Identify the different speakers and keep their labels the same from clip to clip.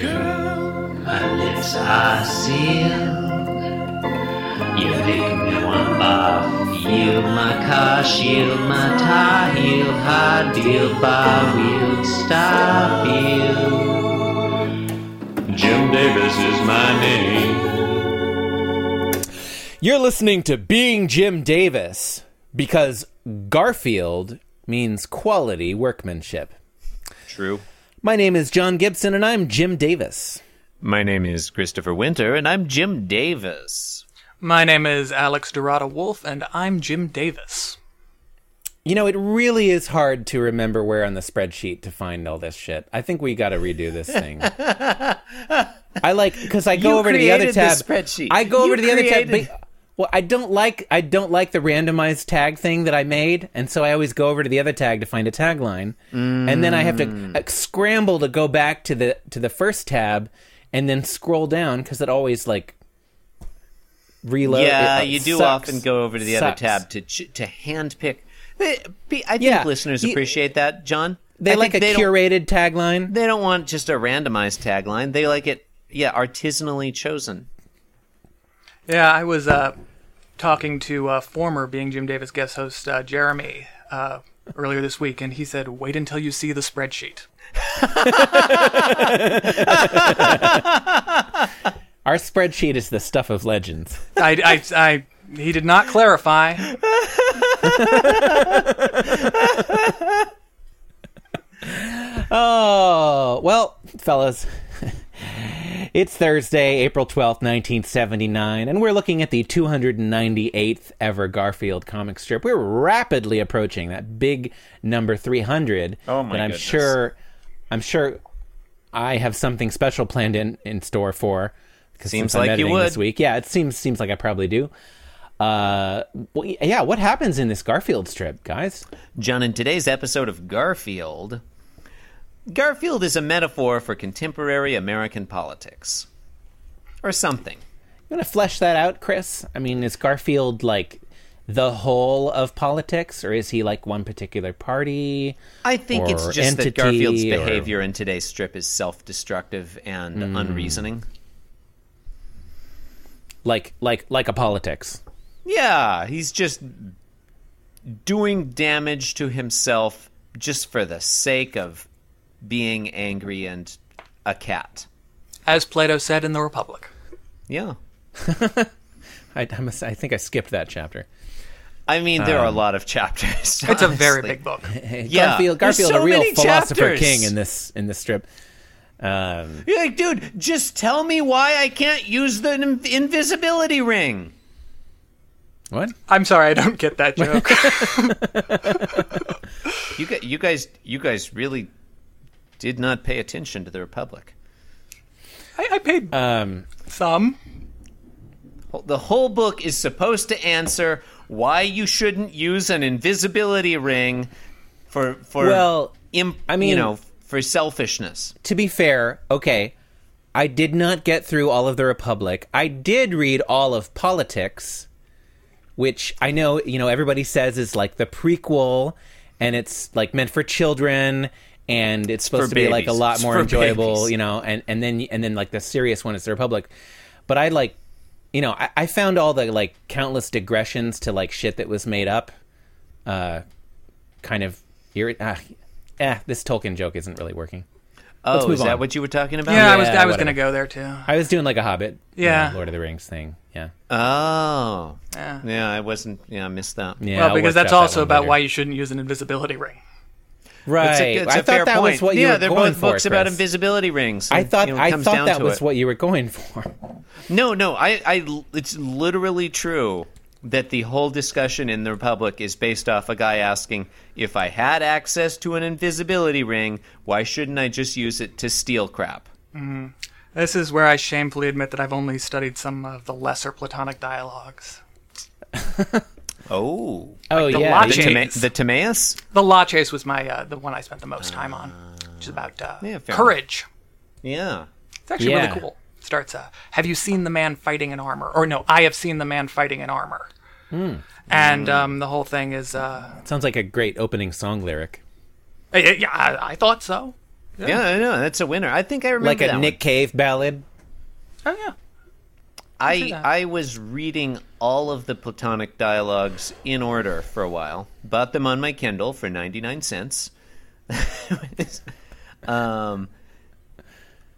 Speaker 1: Girl, my lips are sealed. You make me want off. Yield my car, shield my tie, heel, hard deal, bar wheel, stop heel. Jim Davis is my name.
Speaker 2: You're listening to Being Jim Davis because Garfield means quality workmanship.
Speaker 3: True.
Speaker 2: My name is John Gibson and I'm Jim Davis.
Speaker 3: My name is Christopher Winter, and I'm Jim Davis.
Speaker 4: My name is Alex Dorada Wolf, and I'm Jim Davis.
Speaker 2: You know, it really is hard to remember where on the spreadsheet to find all this shit. I think we got to redo this thing. I like because I go
Speaker 3: You
Speaker 2: over to the other
Speaker 3: created the
Speaker 2: tab.
Speaker 3: spreadsheet.
Speaker 2: I go
Speaker 3: You
Speaker 2: over to the other tab.
Speaker 3: created-
Speaker 2: But, well, I don't like I don't like the randomized tag thing that I made, and so I always go over to the other tag to find a tagline, and then I have to uh, scramble to go back to the to the first tab, and then scroll down because it always like reload.
Speaker 3: yeah,
Speaker 2: it, uh,
Speaker 3: you do
Speaker 2: sucks.
Speaker 3: often go over to the
Speaker 2: Sucks.
Speaker 3: other tab to ch- to handpick. They- be- I think
Speaker 2: Yeah.
Speaker 3: listeners
Speaker 2: You-
Speaker 3: appreciate that, John. I
Speaker 2: They
Speaker 3: think
Speaker 2: like a
Speaker 3: they don't-
Speaker 2: curated tagline.
Speaker 3: They don't want just a randomized tagline. They like it, yeah, artisanally chosen.
Speaker 4: Yeah, I was uh, talking to uh, former Being Jim Davis guest host uh, Jeremy uh, earlier this week, and he said, "Wait until you see the spreadsheet."
Speaker 2: Our spreadsheet is the stuff of legends.
Speaker 4: I, I, I, he did not clarify.
Speaker 2: Oh, well, fellas, it's Thursday, April 12th, 1979, and we're looking at the 298th ever Garfield comic strip. We're rapidly approaching that big number 300.
Speaker 3: Oh, my
Speaker 2: that I'm
Speaker 3: goodness.
Speaker 2: sure I'm sure I have something special planned in, in store for 'cause
Speaker 3: Seems
Speaker 2: since I'm
Speaker 3: like you
Speaker 2: editing
Speaker 3: would.
Speaker 2: this week. Yeah, it seems seems like I probably do. Uh, well, yeah, what happens in this Garfield strip, guys?
Speaker 3: John, in today's episode of Garfield, Garfield is a metaphor for contemporary American politics, or something.
Speaker 2: You want to flesh that out, Chris? I mean, is Garfield like the whole of politics, or is he like one particular party?
Speaker 3: I think it's
Speaker 2: or
Speaker 3: just that
Speaker 2: entity
Speaker 3: Garfield's
Speaker 2: or- Hmm.
Speaker 3: behavior in today's strip is self-destructive and unreasoning.
Speaker 2: Like, like, like a politics.
Speaker 3: Yeah, he's just doing damage to himself just for the sake of being angry and a cat.
Speaker 4: As Plato said in the Republic.
Speaker 3: Yeah.
Speaker 2: I, I, must, I think I skipped that chapter.
Speaker 3: I mean, there
Speaker 2: Um,
Speaker 3: are a lot of chapters.
Speaker 4: It's a very
Speaker 3: honestly.
Speaker 4: big book.
Speaker 3: Yeah.
Speaker 2: Garfield,
Speaker 3: There's
Speaker 2: Garfield,
Speaker 3: so
Speaker 2: a real
Speaker 3: many
Speaker 2: philosopher
Speaker 3: chapters.
Speaker 2: king in this in this strip. Um,
Speaker 3: You're like, dude, just tell me why I can't use the in- invisibility ring.
Speaker 2: what?
Speaker 4: I'm sorry, I don't get that joke.
Speaker 3: You, gu- you guys, you guys really did not pay attention to the Republic.
Speaker 4: I, I paid
Speaker 2: Um,
Speaker 4: some.
Speaker 3: The whole book is supposed to answer why you shouldn't use an invisibility ring for for
Speaker 2: Well,
Speaker 3: imp,
Speaker 2: I
Speaker 3: you
Speaker 2: mean-
Speaker 3: know for selfishness.
Speaker 2: to be fair, okay, I did not get through all of the Republic. I did read all of Politics, which I know, you know, everybody says is like the prequel and it's like meant for children and it's supposed
Speaker 3: for
Speaker 2: to be like a
Speaker 3: babies.
Speaker 2: lot
Speaker 3: It's
Speaker 2: more
Speaker 3: for
Speaker 2: enjoyable,
Speaker 3: babies.
Speaker 2: you know, and and then and then like the serious one is the Republic. But I like you know, I, I found all the like countless digressions to like shit that was made up uh kind of irri- ah, eh, this Tolkien joke isn't really working.
Speaker 3: Oh,
Speaker 2: move
Speaker 3: is that
Speaker 2: on.
Speaker 3: what you were talking about?
Speaker 4: Yeah, I was,
Speaker 2: Yeah,
Speaker 4: I was
Speaker 2: whatever.
Speaker 4: gonna go there too.
Speaker 2: I was doing like a Hobbit, you know,
Speaker 4: Yeah.
Speaker 2: Lord of the Rings thing. Yeah,
Speaker 3: Oh,
Speaker 4: Yeah.
Speaker 3: yeah. I wasn't. Yeah, I missed that.
Speaker 2: yeah.
Speaker 4: well, because that's also about why
Speaker 2: you,
Speaker 4: you shouldn't use an invisibility ring.
Speaker 2: right.
Speaker 3: It's a, it's
Speaker 2: I
Speaker 3: a
Speaker 2: thought
Speaker 3: fair
Speaker 2: that
Speaker 3: point.
Speaker 2: was what you
Speaker 3: yeah,
Speaker 2: were
Speaker 3: they're
Speaker 2: going
Speaker 3: both
Speaker 2: for,
Speaker 3: books about
Speaker 2: Chris.
Speaker 3: invisibility rings.
Speaker 2: I thought
Speaker 3: You know, it
Speaker 2: I
Speaker 3: comes
Speaker 2: thought
Speaker 3: down
Speaker 2: that
Speaker 3: to
Speaker 2: was
Speaker 3: it.
Speaker 2: what you were going for.
Speaker 3: No, no, I, I, it's literally true that the whole discussion in the Republic is based off a guy asking if I had access to an invisibility ring, why shouldn't I just use it to steal crap?
Speaker 4: This is where I shamefully admit that I've only studied some of the lesser Platonic dialogues.
Speaker 3: Oh,
Speaker 2: Oh
Speaker 4: the
Speaker 2: yeah,
Speaker 3: the,
Speaker 4: logic.
Speaker 3: Tima-
Speaker 4: Jeez.
Speaker 3: the Timaeus?
Speaker 4: The La Chase was my uh, the one I spent the most time on, which is about uh,
Speaker 3: Yeah, fair
Speaker 4: courage.
Speaker 3: Yeah.
Speaker 4: It's actually
Speaker 2: Yeah.
Speaker 4: really cool. Starts uh, Have you seen the man fighting in armor? Or no, I have seen the man fighting in armor. And um, the whole thing is, uh,
Speaker 2: sounds like a great opening song lyric.
Speaker 4: eh, eh, yeah, I, I thought so.
Speaker 3: Yeah, I know. That's a winner. I think I remember
Speaker 2: like a
Speaker 3: that
Speaker 2: Nick Cave ballad.
Speaker 4: Oh yeah.
Speaker 3: one. I
Speaker 4: do that.
Speaker 3: I was reading all of the Platonic dialogues in order for a while. Bought them on my Kindle for ninety nine cents. um,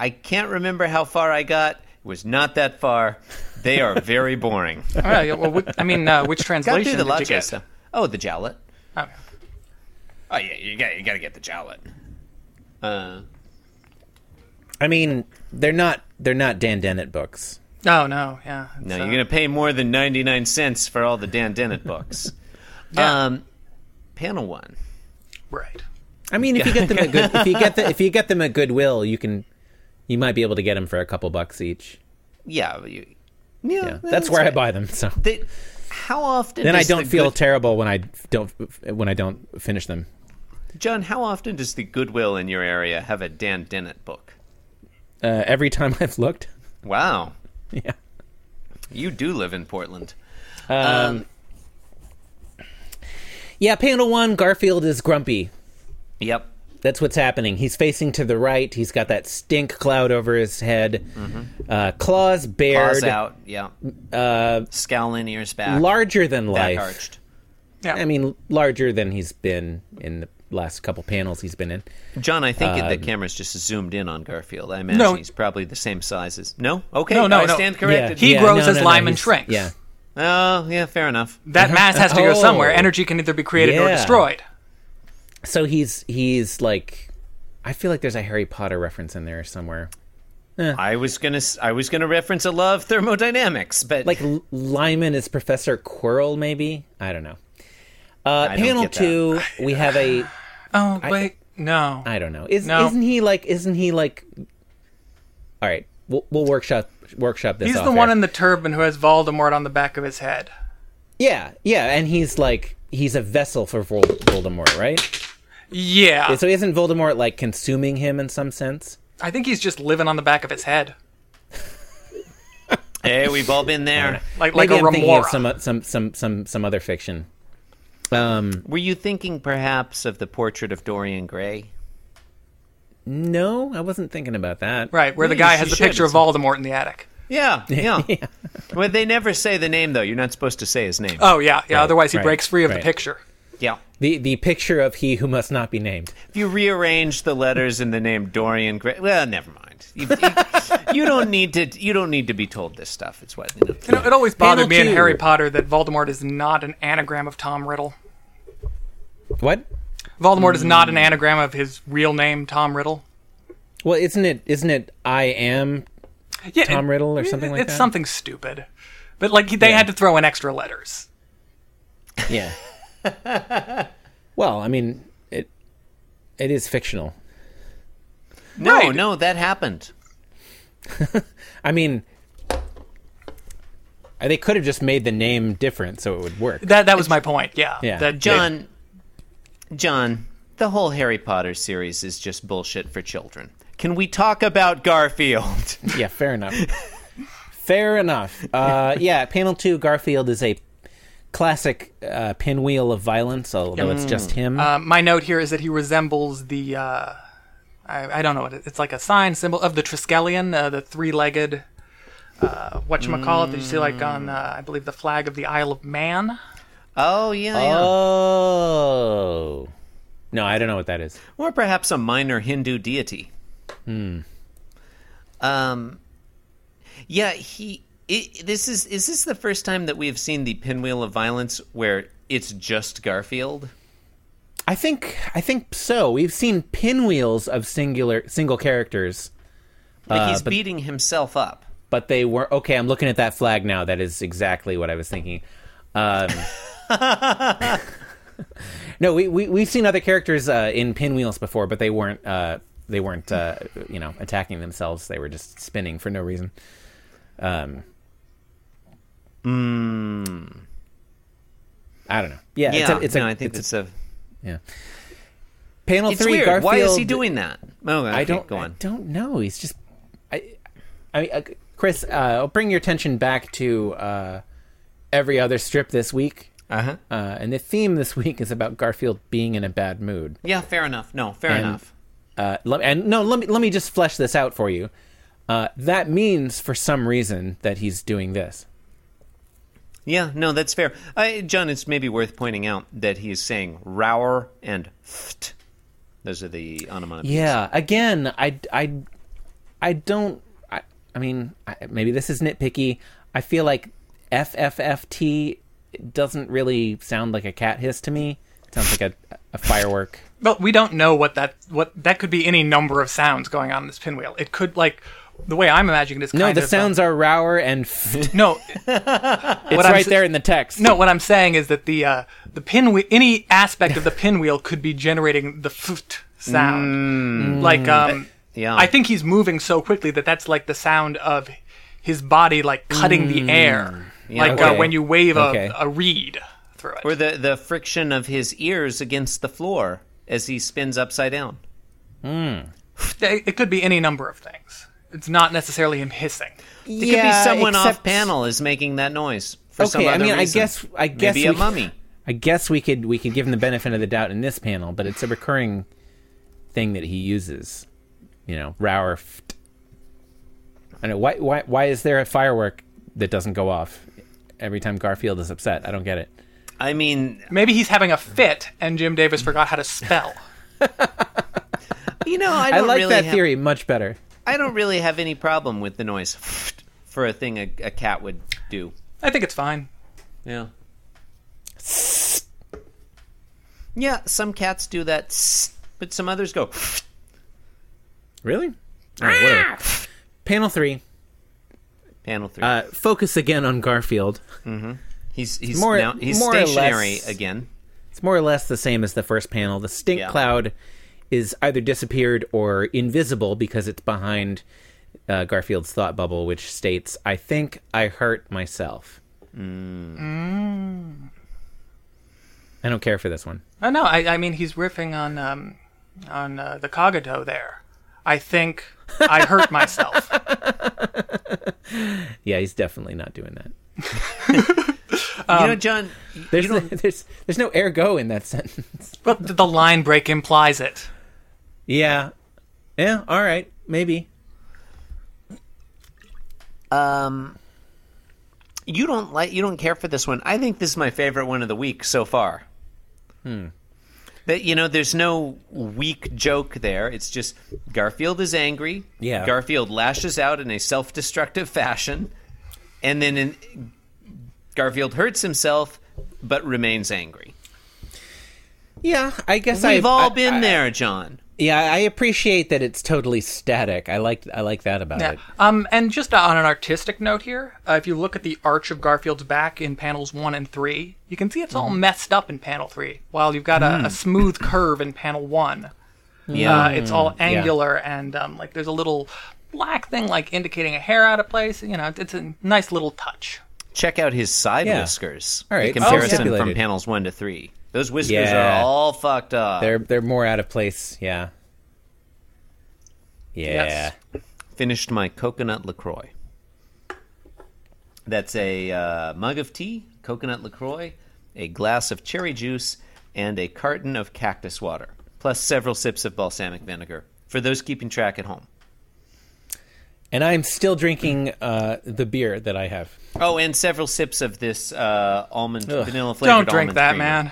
Speaker 3: I can't remember how far I got. It was not that far. They are very boring.
Speaker 4: All right. yeah, Well, which, I mean, uh, which
Speaker 3: got
Speaker 4: translation
Speaker 3: through the
Speaker 4: did you
Speaker 3: logic
Speaker 4: get?
Speaker 3: stuff. Oh, the Jowlet.
Speaker 4: Oh, yeah.
Speaker 3: Oh yeah, you got you got to get the Jowlet. Uh,
Speaker 2: I mean, they're not they're not Dan Dennett books.
Speaker 4: No, Oh, no, yeah. uh,
Speaker 3: No, you're going to pay more than 99 cents for all the Dan Dennett books.
Speaker 4: Yeah.
Speaker 3: um, panel one.
Speaker 4: right.
Speaker 2: I mean, if you get them at good, if you get the, if you get them at Goodwill, you can you might be able to get them for a couple bucks each.
Speaker 3: Yeah. You, yeah,
Speaker 2: Yeah, that's where I
Speaker 3: right.
Speaker 2: buy them. So
Speaker 3: They- how often
Speaker 2: then I
Speaker 3: does the
Speaker 2: don't feel
Speaker 3: Good-
Speaker 2: terrible when I don't when I don't finish them.
Speaker 3: John, how often does the Goodwill in your area have a Dan Dennett book?
Speaker 2: Uh, every time I've looked,
Speaker 3: Wow.
Speaker 2: yeah.
Speaker 3: You do live in Portland.
Speaker 2: Um,
Speaker 3: Um,
Speaker 2: Yeah, panel one, Garfield is grumpy.
Speaker 3: Yep.
Speaker 2: That's what's happening. He's facing to the right. He's got that stink cloud over his head. Uh, claws bared,
Speaker 3: Paws out. Yeah. Uh, Scowling ears back.
Speaker 2: larger than
Speaker 3: back
Speaker 2: life.
Speaker 3: arched.
Speaker 4: Yeah.
Speaker 2: I mean, larger than he's been in the last couple panels he's been in.
Speaker 3: John, I think
Speaker 2: Um,
Speaker 3: the camera's just zoomed in on Garfield. I imagine
Speaker 4: No.
Speaker 3: he's probably the same size as. No? Okay.
Speaker 4: No, no,
Speaker 3: I
Speaker 4: no.
Speaker 3: stand corrected.
Speaker 4: He grows as lime and
Speaker 2: he's-
Speaker 4: shrinks.
Speaker 2: Yeah,
Speaker 3: Oh, yeah, fair enough.
Speaker 4: that mass has to go
Speaker 2: Oh.
Speaker 4: somewhere. Energy can either be created or
Speaker 2: Yeah.
Speaker 4: destroyed.
Speaker 2: so he's he's like, I feel like there's a Harry Potter reference in there somewhere,
Speaker 3: I was gonna s- I was gonna reference a law of thermodynamics, but
Speaker 2: like L- Lyman is Professor Quirrell, maybe. I don't know. Uh,
Speaker 3: I don't
Speaker 2: panel
Speaker 3: get that.
Speaker 2: two, we have a
Speaker 4: Oh wait, no.
Speaker 2: I don't know. Is,
Speaker 4: No.
Speaker 2: Isn't he like? Isn't he like? All right, we'll, we'll workshop workshop this.
Speaker 4: He's
Speaker 2: off
Speaker 4: the
Speaker 2: air.
Speaker 4: one in the turban who has Voldemort on the back of his head.
Speaker 2: yeah, yeah, and he's like he's a vessel for Vol- Voldemort, right?
Speaker 4: Yeah.
Speaker 2: So isn't Voldemort like consuming him in some sense?
Speaker 4: I think he's just living on the back of his head.
Speaker 3: hey, we've all been there.
Speaker 4: Like like
Speaker 2: Maybe
Speaker 4: a
Speaker 2: I'm thinking of
Speaker 4: remora.
Speaker 2: some some some some some other fiction. Um,
Speaker 3: Were you thinking perhaps of the portrait of Dorian Gray?
Speaker 2: no, I wasn't thinking about that.
Speaker 4: right, where the
Speaker 3: Please,
Speaker 4: guy
Speaker 3: you
Speaker 4: has the
Speaker 3: should.
Speaker 4: picture of Voldemort in the attic.
Speaker 3: Yeah, yeah. Well, they never say the name though. You're not supposed to say his name.
Speaker 4: Oh yeah, yeah, otherwise he
Speaker 2: right,
Speaker 4: breaks free of
Speaker 2: right.
Speaker 4: the picture.
Speaker 3: yeah.
Speaker 2: The the picture of he who must not be named.
Speaker 3: If you rearrange the letters in the name Dorian Gray, well, never mind. You, you- you don't need to. You don't need to be told this stuff. It's what. You know.
Speaker 4: You know, it always bothered
Speaker 2: Panel
Speaker 4: me in
Speaker 2: two.
Speaker 4: Harry Potter that Voldemort is not an anagram of Tom Riddle.
Speaker 2: What?
Speaker 4: Voldemort is not an anagram of his real name, Tom Riddle.
Speaker 2: Well, isn't it isn't it I am
Speaker 4: Yeah,
Speaker 2: Tom
Speaker 4: it-
Speaker 2: Riddle or something like
Speaker 4: it's
Speaker 2: that?
Speaker 4: something stupid, but like he- they had to throw in extra letters.
Speaker 2: Yeah. well, I mean, it it is fictional.
Speaker 3: No,
Speaker 4: Right.
Speaker 3: no, that happened.
Speaker 2: I mean, they could have just made the name different so it would work.
Speaker 4: That that was my point. Yeah,
Speaker 2: Yeah.
Speaker 4: That
Speaker 3: John, John, the whole Harry Potter series is just bullshit for children. Can we talk about Garfield?
Speaker 2: yeah, fair enough. fair enough. Uh, yeah, panel two, Garfield is a classic uh, pinwheel of violence, although it's just him.
Speaker 4: Uh, my note here is that he resembles the. Uh, I, I don't know what it, it's like a sign symbol of the Triskelion, uh, the three-legged. Uh, what you call it? That you see like on uh, I believe the flag of the Isle of Man.
Speaker 3: Oh yeah, yeah.
Speaker 2: oh. No, I don't know what that is.
Speaker 3: or perhaps a minor Hindu deity. Hmm. Um. Yeah, he. It, this is is this the first time that we have seen the pinwheel of violence where it's just Garfield?
Speaker 2: I think I think so. We've seen pinwheels of singular single characters
Speaker 3: Like
Speaker 2: Uh,
Speaker 3: he's beating himself up.
Speaker 2: but they were okay. I'm looking at that flag now. That is exactly what I was thinking. Um, no, we, we we've seen other characters uh, in pinwheels before, but they weren't uh, they weren't uh, you know attacking themselves. They were just spinning for no reason. Um, I don't know. Yeah,
Speaker 3: Hmm. Yeah,
Speaker 2: it's a, it's a,
Speaker 3: no, I think
Speaker 2: it's
Speaker 3: it's a.
Speaker 2: a, yeah. Panel
Speaker 3: It's
Speaker 2: three.
Speaker 3: weird.
Speaker 2: Garfield,
Speaker 3: Why is he doing that? Oh, okay,
Speaker 2: I don't.
Speaker 3: go on.
Speaker 2: I don't know. He's just. I. I mean, uh, Chris, uh, I'll bring your attention back to uh, every other strip this week,
Speaker 3: Uh huh.
Speaker 2: uh, and the theme this week is about Garfield being in a bad mood.
Speaker 3: Yeah, fair enough. No, fair
Speaker 2: And
Speaker 3: enough.
Speaker 2: Uh, let- and no, let me let me just flesh this out for you. Uh, that means, for some reason, that he's doing this.
Speaker 3: Yeah, no, that's fair. I, John, it's maybe worth pointing out that he is saying "rower" and "ft." Those are the onomatopoeias.
Speaker 2: Yeah. Again, I, I, I don't. I, I mean, I, maybe this is nitpicky. I feel like FFFT doesn't really sound like a cat hiss to me. It sounds like a, a firework.
Speaker 4: But we don't know what that what that could be. Any number of sounds going on in this pinwheel. It could like the way I'm imagining it is
Speaker 2: No,
Speaker 4: kind
Speaker 2: the
Speaker 4: of,
Speaker 2: sounds are rower and f-
Speaker 4: um, no,
Speaker 2: it's
Speaker 4: I'm
Speaker 2: right
Speaker 4: s-
Speaker 2: there in the text.
Speaker 4: no. What I'm saying is that the uh, the pinwheel, any aspect of the pinwheel, could be generating the foot
Speaker 2: Mm.
Speaker 4: sound. like um,
Speaker 2: Eh,
Speaker 3: yeah.
Speaker 4: I think he's moving so quickly that that's like the sound of his body like cutting the air, like uh,
Speaker 2: Mm. okay.
Speaker 4: when you wave a,
Speaker 2: Okay.
Speaker 4: a reed through it.
Speaker 3: Or the the friction of his ears against the floor as he spins upside down.
Speaker 4: It it could be any number of things. It's not necessarily him hissing.
Speaker 3: It
Speaker 2: yeah,
Speaker 3: could be someone
Speaker 2: except-
Speaker 3: off panel is making that noise for some
Speaker 2: Okay,
Speaker 3: other
Speaker 2: I mean, I
Speaker 3: reason.
Speaker 2: guess, I guess
Speaker 3: maybe a
Speaker 2: we-
Speaker 3: mummy.
Speaker 2: I guess we could we could give him the benefit of the doubt in this panel, but it's a recurring thing that he uses. You know, Rauer. f- I don't know why why why is there a firework that doesn't go off every time Garfield is upset? I don't get it.
Speaker 3: I mean,
Speaker 4: Maybe he's having a fit and Jim Davis forgot how to spell.
Speaker 3: you know, I,
Speaker 2: I
Speaker 3: don't
Speaker 2: like
Speaker 3: really
Speaker 2: that
Speaker 3: have-
Speaker 2: theory much better.
Speaker 3: I don't really have any problem with the noise for a thing a, a cat would do.
Speaker 4: I think it's fine.
Speaker 3: Yeah. Yeah, some cats do that, but some others go.
Speaker 2: Really? All right, whatever.
Speaker 3: Ah!
Speaker 2: Panel three.
Speaker 3: Panel three.
Speaker 2: Uh, focus again on Garfield.
Speaker 3: he's he's
Speaker 2: more-
Speaker 3: now he's
Speaker 2: more or
Speaker 3: stationary
Speaker 2: less-
Speaker 3: again.
Speaker 2: It's more or less the same as the first panel. The stink
Speaker 3: Yeah.
Speaker 2: cloud is either disappeared or invisible because it's behind uh, Garfield's thought bubble, which states, "I think I hurt myself."
Speaker 3: Mm.
Speaker 2: I don't care for this one.
Speaker 4: Oh, no, I, I mean he's riffing on um, on uh, the Cogito there. I think I hurt myself.
Speaker 2: Yeah, he's definitely not doing that.
Speaker 3: you know, John.
Speaker 2: There's there's there's no ergo in that sentence.
Speaker 4: but th- the line break implies it.
Speaker 2: yeah, yeah. All right, maybe.
Speaker 3: you don't like you don't care for this one. I think this is my favorite one of the week so far.
Speaker 2: Hmm.
Speaker 3: That you know, there's no weak joke there. It's just Garfield is angry.
Speaker 2: Yeah.
Speaker 3: Garfield lashes out in a self-destructive fashion, and then in, Garfield hurts himself but remains angry.
Speaker 2: Yeah, I guess
Speaker 3: We've
Speaker 2: I've- I,
Speaker 3: all been
Speaker 2: I-
Speaker 3: there, John.
Speaker 2: Yeah, I appreciate that it's totally static. I like I like that about
Speaker 4: Yeah.
Speaker 2: it.
Speaker 4: Um, and just on an artistic note here, uh, if you look at the arch of Garfield's back in panels one and three, you can see it's all
Speaker 3: Mm-hmm.
Speaker 4: messed up in panel three. While you've got a, a smooth curve in panel one,
Speaker 3: Mm. Yeah.
Speaker 4: Uh, it's all angular and um, like there's a little black thing like indicating a hair out of place. You know, it's a nice little touch.
Speaker 3: Check out his side
Speaker 2: Yeah.
Speaker 3: whiskers.
Speaker 2: All right,
Speaker 3: The
Speaker 2: it's
Speaker 3: comparison from
Speaker 2: stipulated.
Speaker 3: panels one to three. Those whiskers
Speaker 2: Yeah.
Speaker 3: are all fucked up.
Speaker 2: They're they're more out of place. Yeah. Yeah.
Speaker 4: Yes.
Speaker 3: finished my coconut LaCroix. That's a uh, mug of tea, coconut LaCroix, a glass of cherry juice, and a carton of cactus water, plus several sips of balsamic vinegar. For those keeping track at home.
Speaker 2: And I'm still drinking uh, the beer that I have.
Speaker 3: Oh, and several sips of this uh, almond vanilla flavored.
Speaker 4: Don't drink that, man.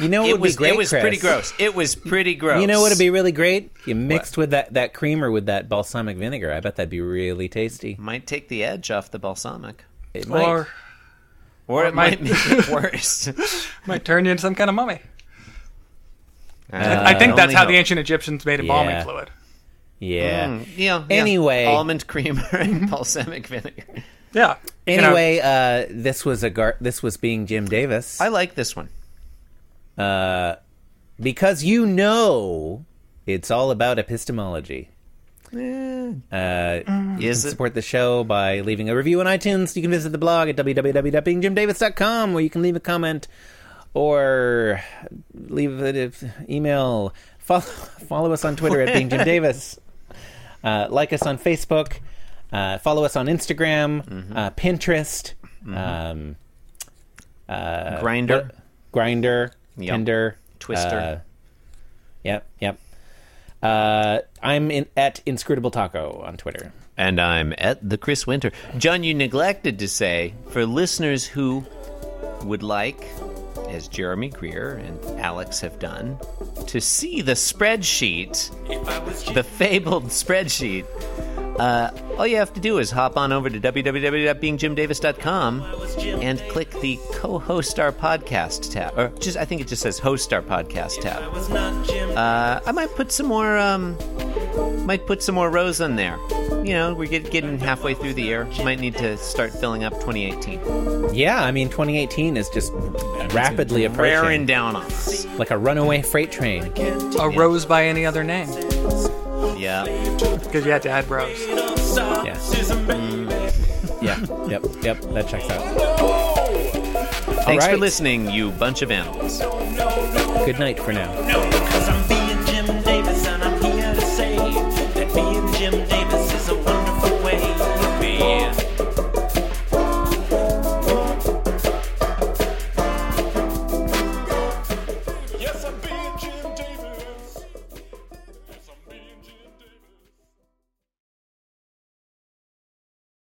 Speaker 2: You know what
Speaker 3: It
Speaker 2: would
Speaker 3: was
Speaker 2: be great?
Speaker 3: it was
Speaker 2: Chris?
Speaker 3: pretty gross. It was pretty gross.
Speaker 2: You know what would be really great? You mixed with that that creamer with that balsamic vinegar. I bet that'd be really tasty.
Speaker 3: might take the edge off the balsamic,
Speaker 2: It might.
Speaker 4: Or
Speaker 3: or it might
Speaker 4: might-
Speaker 3: make it worse.
Speaker 4: might turn you into some kind of mummy. I think that's
Speaker 3: Uh, only
Speaker 4: how
Speaker 3: hope.
Speaker 4: the ancient Egyptians made embalming
Speaker 2: Yeah.
Speaker 4: fluid.
Speaker 2: yeah.
Speaker 3: Mm, yeah, yeah.
Speaker 2: Anyway.
Speaker 3: almond creamer and balsamic vinegar.
Speaker 4: Yeah. You know,
Speaker 2: Anyway, uh, this was a gar- this was being Jim Davis.
Speaker 3: I like this one.
Speaker 2: because you know it's all about epistemology. Hmm.
Speaker 3: Is it?
Speaker 2: Support the show by leaving a review on iTunes. You can visit the blog at www.beingjimdavis.com where you can leave a comment or leave an email. Follow, follow us on Twitter at beingjimdavis. Uh, like us on Facebook. Uh, follow us on Instagram,
Speaker 3: Mm-hmm.
Speaker 2: uh, Pinterest, um,
Speaker 3: Grinder.
Speaker 2: Grinder,
Speaker 3: Yep.
Speaker 2: Tinder,
Speaker 3: Twister.
Speaker 2: uh, yep, yep. Uh, I'm in, at Inscrutable Taco on Twitter.
Speaker 3: And I'm at the Chris Winter. John, you neglected to say for listeners who would like, as Jeremy Greer and Alex have done, to see the spreadsheet, the fabled spreadsheet. Uh, all you have to do is hop on over to www.beingjimdavis.com and click the co-host our podcast tab, or just I think it just says host our podcast tab. Uh, I might put some more. Um, might put some more rows on there. You know, we're get, getting halfway through the year. Might need to start filling up 2018.
Speaker 2: Yeah, I mean, 2018 is just rapidly
Speaker 3: Raring
Speaker 2: approaching,
Speaker 3: down on us.
Speaker 2: like a runaway freight train.
Speaker 4: A rose by any other name,
Speaker 3: Yeah.
Speaker 4: because you had to add rose.
Speaker 2: Yeah. Mm. yeah. Yep. Yep. That checks out.
Speaker 3: Thanks for
Speaker 2: right.
Speaker 3: listening, you bunch of animals.
Speaker 2: Good night for now.
Speaker 5: No, because I'm